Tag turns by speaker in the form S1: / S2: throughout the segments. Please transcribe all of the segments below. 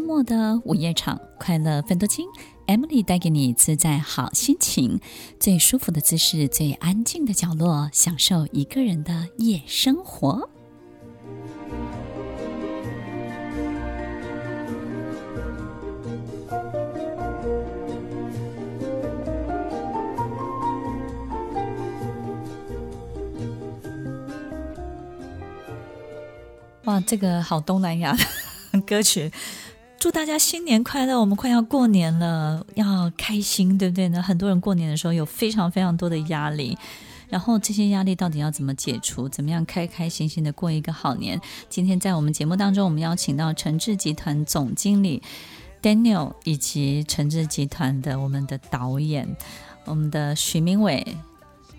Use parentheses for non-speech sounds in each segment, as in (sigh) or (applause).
S1: 末的午夜场，快乐分多金。Emily 带给你自在好心情，最舒服的姿势，最安静的角落，享受一个人的夜生活。哇，这个好东南亚的歌曲。祝大家新年快乐！我们快要过年了，要开心，对不对呢？很多人过年的时候有非常非常多的压力，然后这些压力到底要怎么解除？怎么样开开心心的过一个好年？今天在我们节目当中，我们邀请到诚志集团总经理 Daniel 以及诚志集团的我们的导演，我们的许明伟。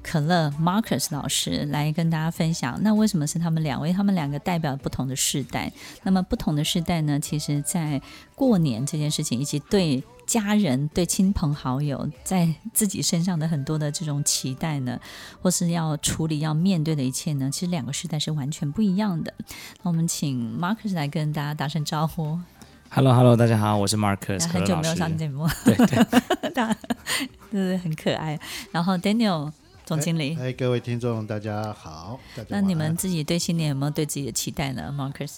S1: 可乐 Marcus 老师来跟大家分享，那为什么是他们两位？他们两个代表不同的世代。那么不同的世代呢，其实在过年这件事情，以及对家人、对亲朋好友，在自己身上的很多的这种期待呢，或是要处理、要面对的一切呢，其实两个世代是完全不一样的。那我们请 Marcus 来跟大家打声招呼。
S2: Hello，Hello，hello, 大家好，我是 Marcus
S1: 很久没有上节目，
S2: 对对，
S1: 大家对对很可爱。然后 Daniel。总经理，
S3: 哎，各位听众，大家好。大家
S1: 那你们自己对新年有没有对自己的期待呢，Marcus？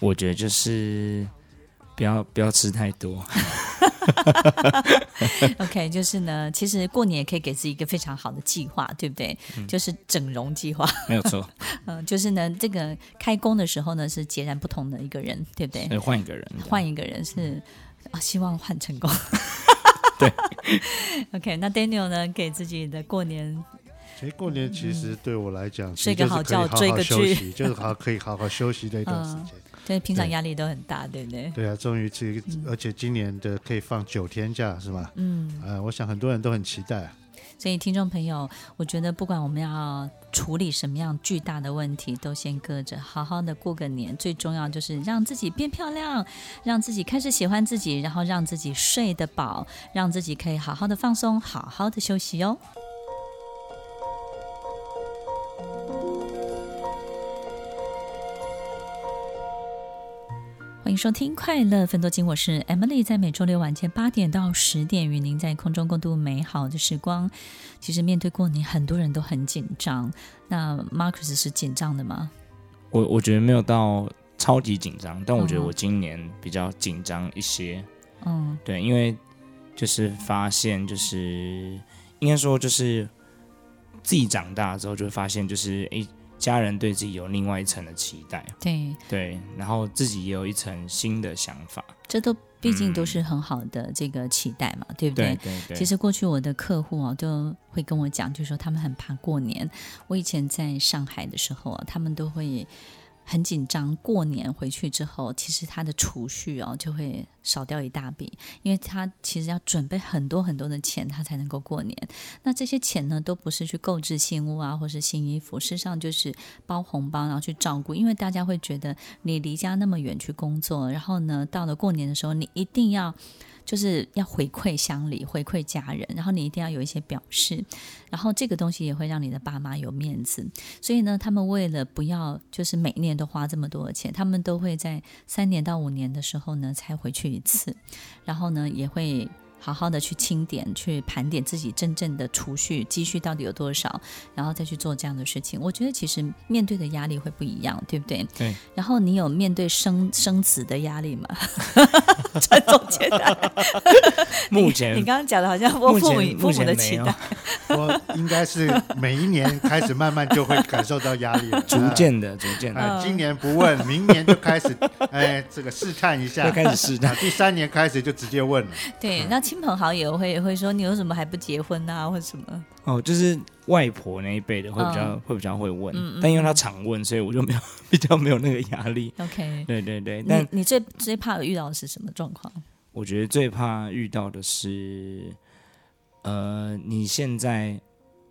S2: 我觉得就是不要不要吃太多。 (laughs)
S1: OK，就是呢，其实过年也可以给自己一个非常好的计划，对不对？嗯、就是整容计划，
S2: 没有错。
S1: 嗯呃，就是呢，这个开工的时候呢是截然不同的一个人，对不对？
S2: 换一个人，
S1: 换一个人是啊、哦，希望换成功。 (laughs)
S2: 对
S1: ，OK，那 Daniel 呢？给自己的过年，
S3: 其实过年其实对我来讲，
S1: 嗯睡个好觉，追个剧，嗯
S3: 就是好可以好好休息的一段时间。
S1: 对，平常压力都很大，对不对？
S3: 对啊，终于去，
S1: 嗯
S3: 而且今年的可以放九天假，是吧？嗯，呃，我想很多人都很期待。啊
S1: 所以，听众朋友，我觉得不管我们要处理什么样巨大的问题，都先搁着，好好的过个年。最重要就是让自己变漂亮，让自己开始喜欢自己，然后让自己睡得饱，让自己可以好好的放松，好好的休息哦。欢迎收听《快乐分多金》，我是 Emily，在每周六晚间八点到十点，与您在空中共度美好的时光。其实面对过年，很多人都很紧张。那 Marcus 是紧张的吗？
S2: 我我觉得没有到超级紧张，但我
S1: 嗯
S2: 觉得我今年比较紧张一些。嗯，对，因为就是发现，就是应该说，就是自己长大之后，就会发现，就是诶。家人对自己有另外一层的期待，
S1: 对
S2: 对，然后自己也有一层新的想法，
S1: 这都毕竟都是很好的这个期待嘛，嗯、对不
S2: 对？对对对。
S1: 其实过去我的客户啊，都会跟我讲，就是说他们很怕过年。我以前在上海的时候啊，他们都会很紧张，过年回去之后，其实他的储蓄哦、啊、就会少掉一大笔，因为他其实要准备很多很多的钱，他才能够过年。那这些钱呢，都不是去购置新屋啊，或是新衣服，事实上就是包红包，然后去照顾。因为大家会觉得你离家那么远去工作，然后呢，到了过年的时候，你一定要就是要回馈乡里，回馈家人，然后你一定要有一些表示，然后这个东西也会让你的爸妈有面子。所以呢，他们为了不要就是每年都花这么多的钱，他们都会在三年到五年的时候呢才回去一次，然后呢也会。好好的去清点，去盘点自己真正的储蓄积蓄到底有多少，然后再去做这样的事情。我觉得其实面对的压力会不一样，对不对？
S2: 对。
S1: 然后你有面对生生子的压力吗？ (laughs) 传宗接代。 (laughs)
S2: 目前
S1: 你刚刚讲的好像我父母父母的期
S2: (laughs)
S1: 待。
S3: 我应该是每一年开始慢慢就会感受到压力了，
S2: (laughs) 逐渐的，逐渐的、
S1: 嗯
S3: 呃。今年不问，明年就开始， (laughs) 哎，这个试探一下，
S2: 就开始试探、啊。
S3: 第三年开始就直接问了。
S2: 嗯
S1: 对，那。亲朋好友会也会说你为什么还不结婚啊，或者什么？
S2: 哦，就是外婆那一辈的会比较、嗯、会比较会问，嗯嗯、但因为她常问，所以我就没有 (laughs) 比较没有那个压力。
S1: OK，
S2: 对对对。但
S1: 你最最怕遇到的是什么状况？
S2: 我觉得最怕遇到的是，呃，你现在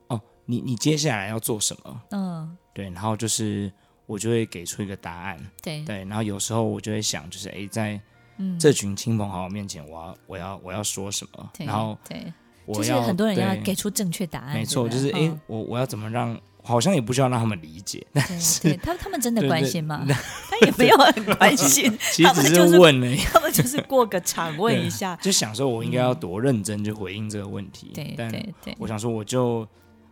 S2: 哦，你你接下来要做什么？嗯，对，然后就是我就会给出一个答案。
S1: 对
S2: 对，然后有时候我就会想，就是哎，在。嗯、这群亲朋好友面前，我要我要我要说什么？然后
S1: 对，
S2: 我
S1: 就是很多人要给出正确答案。嗯
S2: 没错，就是哎、哦，我我要怎么让好像也不需要让他们理解， (laughs) 但
S1: 对对，他他们真的
S2: 对
S1: 关
S2: 对
S1: 心吗？他也没有很关
S2: (laughs)
S1: 心，
S2: 其实
S1: 他
S2: 只
S1: 们就是
S2: 问了，
S1: 他们就是过个场问一下。
S2: (laughs) 就想说我应该要多认真去回应这个问题。
S1: 嗯对
S2: 但
S1: 对对，
S2: 我想说我就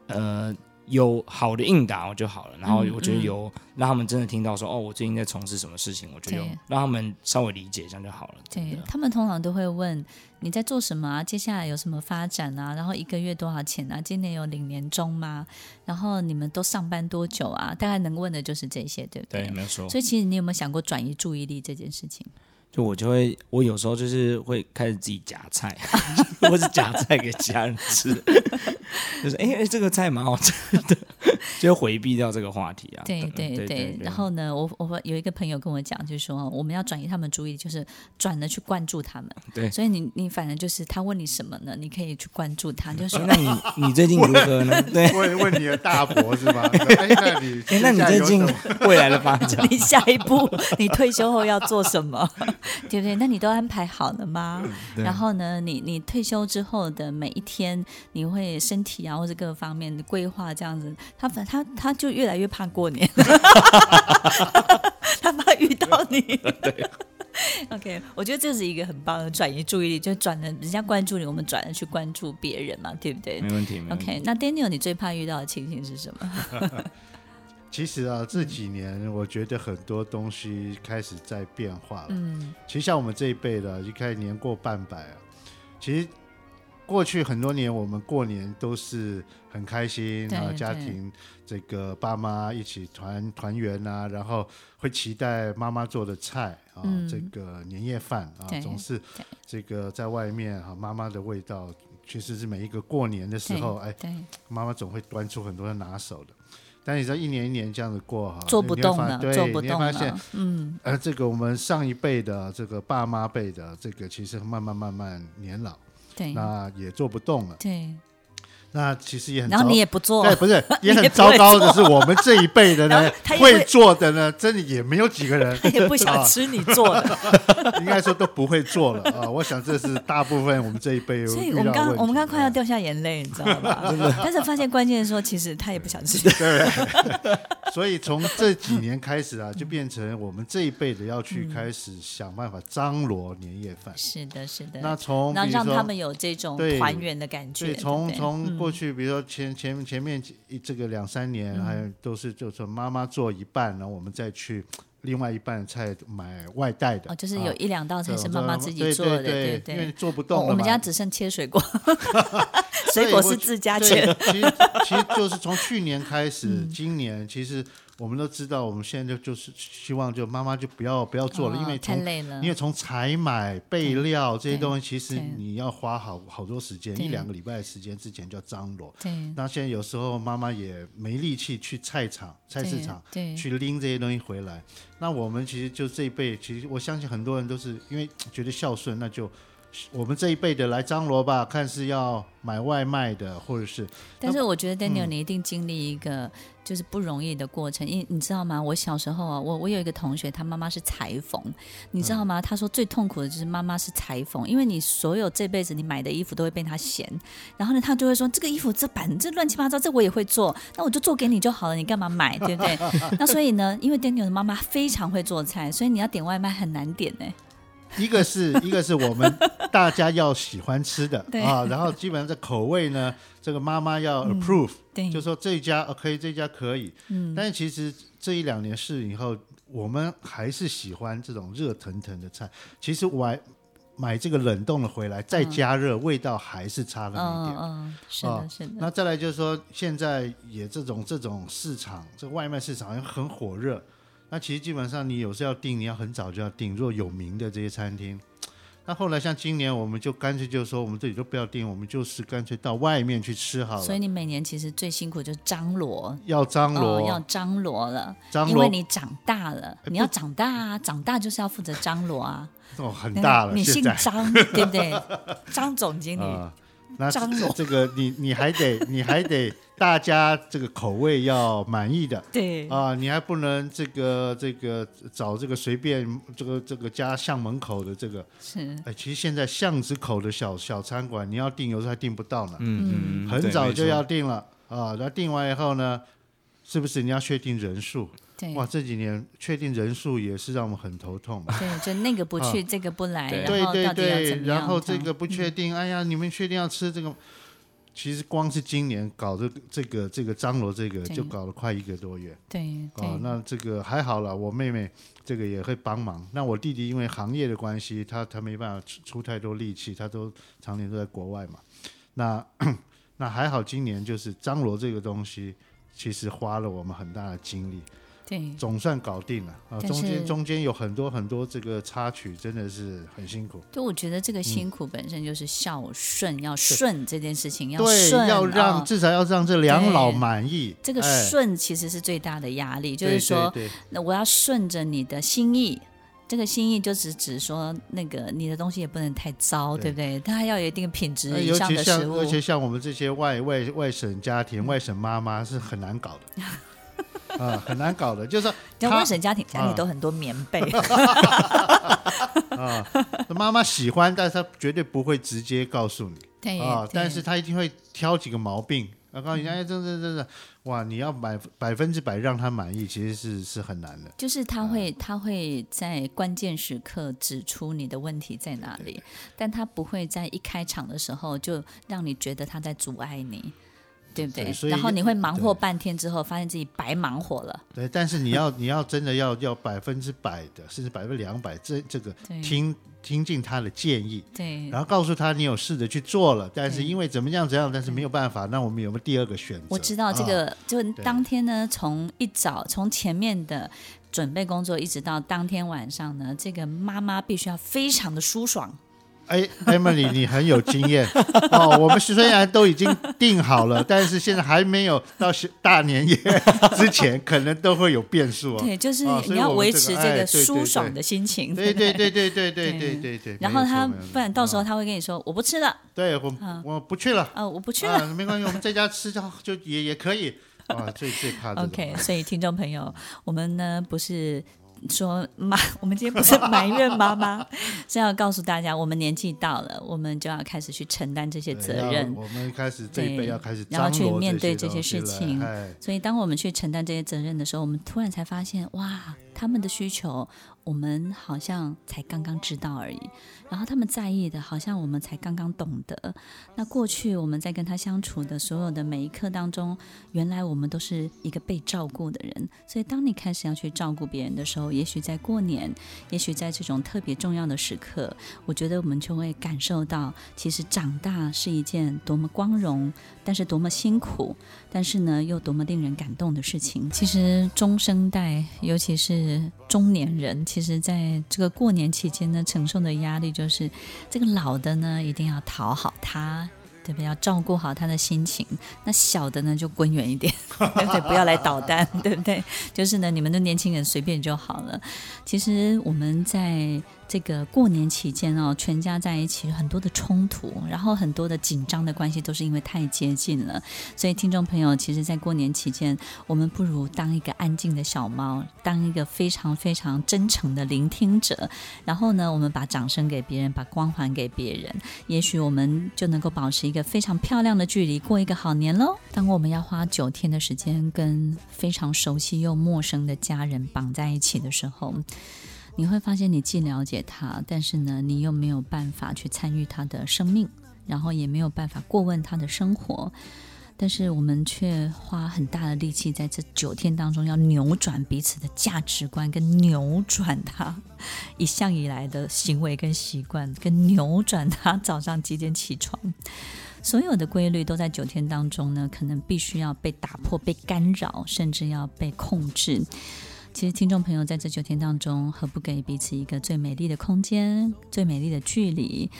S2: 呃有好的应答我就好了，然后
S1: 嗯
S2: 我觉得
S1: 嗯
S2: 有让他们真的听到说哦，我最近在从事什么事情，我觉得有
S1: 对
S2: 让他们稍微理解这样就好了。啊真
S1: 对啊
S2: 的，
S1: 他们通常都会问你在做什么啊，接下来有什么发展啊，然后一个月多少钱啊，今年有领年终吗？然后你们都上班多久啊？大概能问的就是这些，对不啊
S2: 对，没有错。
S1: 所以其实你有没有想过转移注意力这件事情？
S2: 就我就会，我有时候就是会开始自己夹菜， (laughs) 或是夹菜给其他人吃， (laughs) 就是哎哎、诶这个菜蛮好吃的， (laughs) 就回避掉这个话题啊。
S1: 对
S2: 嗯
S1: 对
S2: 对
S1: 对，然后呢，我我有一个朋友跟我讲，就是说我们要转移他们注意，力，就是转了去关注他们。
S2: 对
S1: 所以你你反正就是他问你什么呢，你可以去关注他，就是说？
S2: 那
S3: (laughs)
S2: 你你最近如何呢？对，
S3: 问问你的大伯是吧？哎，那你
S2: (laughs) 哎、那你
S3: 现在
S2: 最
S3: 有
S2: 近
S3: 什么
S2: 未来的发展
S3: (laughs)
S1: 你下一步你退休后要做什么， (laughs) 对不对？那你都安排好了吗？
S3: 嗯
S2: 对
S1: 然后呢，你你退休之后的每一天，你会身体啊或者各方面的规划这样子，他反他他就越来越怕过
S3: (laughs)
S1: 年，他怕遇到你。OK，我觉得这是一个很棒的转移注意力，就转了人家关注你，我们转了去关注别人嘛，对不对
S3: 嗯
S2: 没问题，没问题。
S1: ？OK，那 Daniel，你最怕遇到的情形是什么？
S3: 其实啊，这几年我觉得很多东西开始在变化了。
S1: 嗯，
S3: 其实像我们这一辈的，一开始年过半百啊，其实过去很多年我们过年都是很开心，
S1: 对
S3: 然后家
S1: 对
S3: 庭这个爸妈一起团团圆啊，然后会期待妈妈做的菜啊，
S1: 嗯
S3: 这个年夜饭啊
S1: 对，
S3: 总是
S1: 对
S3: 这个在外面啊，妈妈的味道。确实是每一个过年的时
S1: 对
S3: 候，哎，
S1: 对，
S3: 妈妈总会端出很多的拿手的。但你知道一年一年这样子过哈，
S1: 做不
S3: 你会
S1: 动
S3: 发
S1: 了，
S3: 对，
S1: 做不
S3: 你会
S1: 动
S3: 发现
S1: 了，嗯，
S3: 呃，这个我们上一辈的这个爸妈辈的这个，其实慢慢慢慢年老，
S1: 对
S3: 那也做不动了。
S1: 对，
S3: 那其实也很糟，
S1: 然后你也不做
S3: 对，，不是
S1: (laughs) 你
S3: 也
S1: 也
S3: 很
S1: 不
S3: 糟
S1: 会
S3: 糕的
S1: 做
S3: 是，我们这一辈的
S1: 然
S3: 呢
S1: 后他，也会
S3: 会做的呢，真的也没有几个人，
S1: 他 (laughs) 也不
S3: 哦
S1: 想吃你做的，
S3: 应该说都不会做了啊。我想这是大部分我们这一辈遇到
S1: 所
S3: 的问
S1: 以
S3: 题，
S1: 我们刚我们刚快要
S3: 啊
S1: 掉下眼泪，你知道
S3: (laughs)
S1: 吧？但是发现关键是说，其实他也不想吃，
S3: 所以从这几年开始
S1: 嗯
S3: 啊，就变成我们这一辈的要去开始想办法张罗年夜饭。
S1: 是的，是的，
S3: 那从
S1: 那
S3: 比如
S1: 让
S3: 说
S1: 他们有这种
S3: 对
S1: 团圆的感觉，
S3: 对，
S1: 对
S3: 从
S1: 不对
S3: 从
S1: 嗯
S3: 过去，比如说前前前面一这个两三年，还
S1: 嗯
S3: 有都是就是妈妈做一半，然后我们再去另外一半菜买外带的。
S1: 哦，就是
S3: 啊
S1: 有一两道菜
S3: 对
S1: 是
S3: 我
S1: 妈
S3: 说
S1: 妈自己
S3: 对
S1: 做的，
S3: 对
S1: 对
S3: 因为
S1: 对。哦
S3: 做不动
S1: 我
S3: 了
S1: 我们
S3: 嘛
S1: 家只剩切水果，
S3: (laughs) 所以
S1: 水果
S3: 我
S1: 是
S3: 就
S1: 自家嗯
S3: 对
S1: 切。
S3: 其实其实就是从去年开始，今年其实我们都知道，我们现在就就是希望就妈妈就不要不要做了，因
S1: 哦
S3: 为
S1: 太
S3: 从
S1: 累了
S3: 因。为从采买备料这些东西，其实
S1: 对
S3: 你要花好好多时间，
S1: 对
S3: 一两个礼拜的时间之前就要张罗。
S1: 对，
S3: 那现在有时候妈妈也没力气去菜场、菜市
S1: 对
S3: 场
S1: 对
S3: 去拎这些东西回来。那我们其实就这一辈，其实我相信很多人都是因为觉得孝顺，那就我们这一辈的来张罗吧，看是要买外卖的，或者是
S1: 但是我觉得
S3: 嗯
S1: Daniel，你一定经历一个就是不容易的过程，因你知道吗？我小时候啊，我我有一个同学，他妈妈是裁缝，你
S3: 嗯
S1: 知道吗？他说最痛苦的就是妈妈是裁缝，因为你所有这辈子你买的衣服都会被他嫌，然后呢，他就会说这个衣服这版这乱七八糟，这我也会做，那我就做给你就好了，你干嘛买，对不对？那所以呢，因为 Daniel 的妈妈非常会做菜，所以你要点外卖很难点哎、
S3: 一个是 (laughs) 一个是我们大家要喜欢吃的
S1: 对
S3: 啊，然后基本上这口味呢，这个妈妈要 approve，、
S1: 对，
S3: 就说这一家 OK，这一家可以。嗯，但是其实这一两年试以后，我们还是喜欢这种热腾腾的菜。其实我还买这个冷冻的回来再加热，味道还是差那
S1: 嗯
S3: 么一点。
S1: 嗯，是
S3: 哦
S1: 的，是的，
S3: 那再来就是说，现在也这种这种市场，这个外卖市场很火热。那其实基本上你有时候要订，你要很早就要订，若有名的这些餐厅。那后来像今年，我们就干脆就说，我们这里都不要订，我们就是干脆到外面去吃好
S1: 所
S3: 了
S1: 以。你每年其实最辛苦就是张罗。
S3: 要张罗，
S1: 哦、要张罗了，
S3: 张
S1: 因
S3: 罗哎
S1: 为你长大了，你要长大啊，长大就是要负责张罗啊。
S3: 哦，很大了，
S1: 你
S3: 现
S1: 姓
S3: 在
S1: 张，对不
S3: (laughs)
S1: 对？张总经理，
S3: 啊、那
S1: 张
S3: 这
S1: 罗
S3: 这个你你还得你还得大家这个口味要满意的
S1: 对，
S3: 啊、你还不能这个这个找这个随便这个这个家巷门口的这个，
S1: 是，
S3: 哎，其实现在巷子口的小小餐馆，你要订有时候还订不到呢，
S2: 嗯嗯，嗯
S3: 很早就。
S2: 对没错
S3: 要订了啊、然后订完以后呢，是不是你要确定人数？
S1: 对
S3: 哇，这几年确定人数也是让我们很头痛嘛。
S1: 对，就那个不去，这个不来，
S2: 对
S1: 然
S3: 啊对
S1: 后
S3: 对
S1: 到底要
S3: 对
S1: 怎，么样？嗯
S3: 然后这个不确定，哎呀，你们确定要吃这个？其实光是今年搞这个这个这个张罗这个
S1: 对
S3: 就搞了快一个多月
S1: 对对
S3: 哦，那这个还好了，我妹妹这个也会帮忙。那我弟弟因为行业的关系，他他没办法出出太多力气，他都常年都在国外嘛。那那还好，今年就是张罗这个东西，其实花了我们很大的精力。
S1: 对
S3: 总算搞定了啊！
S1: 但是
S3: 中间中间有很多很多这个插曲，真的是很辛苦。
S1: 就我觉得这个辛苦本身就是孝顺，要顺这件事情，
S3: 对，
S1: 顺，
S3: 要让、
S1: 哦
S3: 至少要让这两老
S1: 对
S3: 满意。
S1: 这个
S3: 哎
S1: 顺其实是最大的压力，就
S3: 对
S1: 是说，
S3: 对对
S1: 那我要顺着你的心意。这个心意就只指说，那个你的东西也不能太糟，对
S3: 对
S1: 不对？它要有一定品质
S3: 哎
S1: 以
S3: 尤
S1: 上
S3: 其
S1: 的
S3: 像
S1: 食物
S3: 尤。其像我们这些外外外省家庭、外省妈妈是很难搞的
S1: (laughs)
S3: 啊、很难搞的。就是
S1: 像
S3: 他
S1: 外省家庭家里
S3: 啊
S1: 都很多棉被，
S3: (laughs) 妈妈喜欢，但是她绝对不会直接告诉你。
S1: 对
S3: 啊、但是
S1: 哎对嗯
S3: 他一定会挑几个毛病，啊，告诉你，哎，这这这这，哇，你要百百分之百让他满意，其实是是很难的。
S1: 就是他
S3: 啊
S1: 会，他会在关键时刻指出你的问题在哪里，但他不会在一开场的时候就让你觉得他在阻碍你，对不对
S3: 对？所以
S1: 然后你会忙活
S3: 对
S1: 半天之后，发现自己白忙活了。
S3: 对，但是你要 (laughs) 你要真的要要百分之百的，甚至百分之两百，这这个
S1: 对
S3: 听听进他的建议，
S1: 对，
S3: 然后告诉他你有试着去做了，但是
S1: 对
S3: 因为怎么样怎样，但是没有办法，那我们有没有第二个选择？
S1: 我知道这
S3: 啊
S1: 个，就当天呢，从一早从前面的。准备工作一直到当天晚上呢，这个妈妈必须要非常的舒爽，
S3: 哎，Emily，你很有经验哦。我们虽然都已经定好了，但是现在还没有到小大年夜之前，可能都会有变数哦。
S1: 对，就是
S3: 啊所
S1: 你
S3: 以
S1: 要
S3: 我们
S1: 维
S3: 这个
S1: 持这
S3: 哎
S1: 个
S3: 对对
S1: 舒
S3: 对
S1: 爽的心情。
S3: 对对
S1: (laughs)
S3: 对对对对
S1: 对
S3: 对对对。
S1: 然后
S3: 没有错
S1: 他
S3: 没有错嗯
S1: 不然到时候他会跟你说我不吃了，
S3: 对我我不去了，
S1: 呃，我不去了。
S3: 啊，没关系，我们在家吃就就也也
S1: (laughs)
S3: 可以啊。最最怕这种
S1: OK，所以听众朋友，我们呢不是说妈，我们今天不是埋怨妈妈，是要告诉大家，我们年纪到了，我们就要开始去承担这些
S3: 对
S1: 责
S3: 要
S1: 任。
S3: 我们开始这一
S1: 对
S3: 辈要开始
S1: 然后
S3: 张
S1: 去
S3: 罗
S1: 面对
S3: 这
S1: 这些
S3: 东
S1: 事
S3: 西了
S1: 情
S3: 哎
S1: 所以，当我们去承担这些责任的时候，我们突然才发现，哇，他们的需求我们好像才刚刚知道而已。然后他们在意的，好像我们才刚刚懂得。那过去我们在跟他相处的所有的每一刻当中，原来我们都是一个被照顾的人。所以，当你开始要去照顾别人的时候，也许在过年，也许在这种特别重要的时刻，我觉得我们就会感受到，其实长大是一件多么光荣，但是多么辛苦。但是呢，又多么令人感动的事情。其实中生代，尤其是中年人，其实在这个过年期间呢，承受的压力就是，这个老的呢一定要讨好他。对不对？要照顾好他的心情。那小的呢，就滚远一点， (laughs) 对不对？不要来捣蛋，对不对？就是呢，你们的年轻人随便就好了。其实我们在这个过年期间哦，全家在一起很多的冲突，然后很多的紧张的关系，都是因为太接近了。所以，听众朋友，其实，在过年期间，我们不如当一个安静的小猫，当一个非常非常真诚的聆听者。然后呢，我们把掌声给别人，把光环给别人，也许我们就能够保持一个非常漂亮的距离，过一个好年喽。当我们要花九天的时间跟非常熟悉又陌生的家人绑在一起的时候，你会发现你既了解他，但是呢，你又没有办法去参与他的生命，然后也没有办法过问他的生活。但是我们却花很大的力气在这九天当中，要扭转彼此的价值观，跟扭转他一向以来的行为跟习惯，跟扭转他早上几点起床。所有的规律都在九天当中呢，可能必须要被打破、被干扰，甚至要被控制。其实，听众朋友在这九天当中，何不给彼此一个最美丽的空间、最美丽的距离，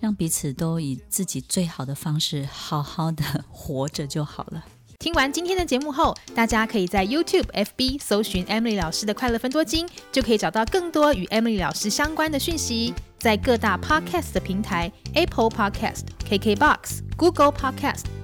S1: 让彼此都以自己最好的方式，好好的 (laughs) 活着就好了。
S4: 听完今天的节目后，大家可以在 YouTube、FB 搜寻 Emily 老师的快乐分多金，就可以找到更多与 Emily 老师相关的讯息。在各大 Podcast 的平台，Apple Podcast、KKBox、Google Podcast、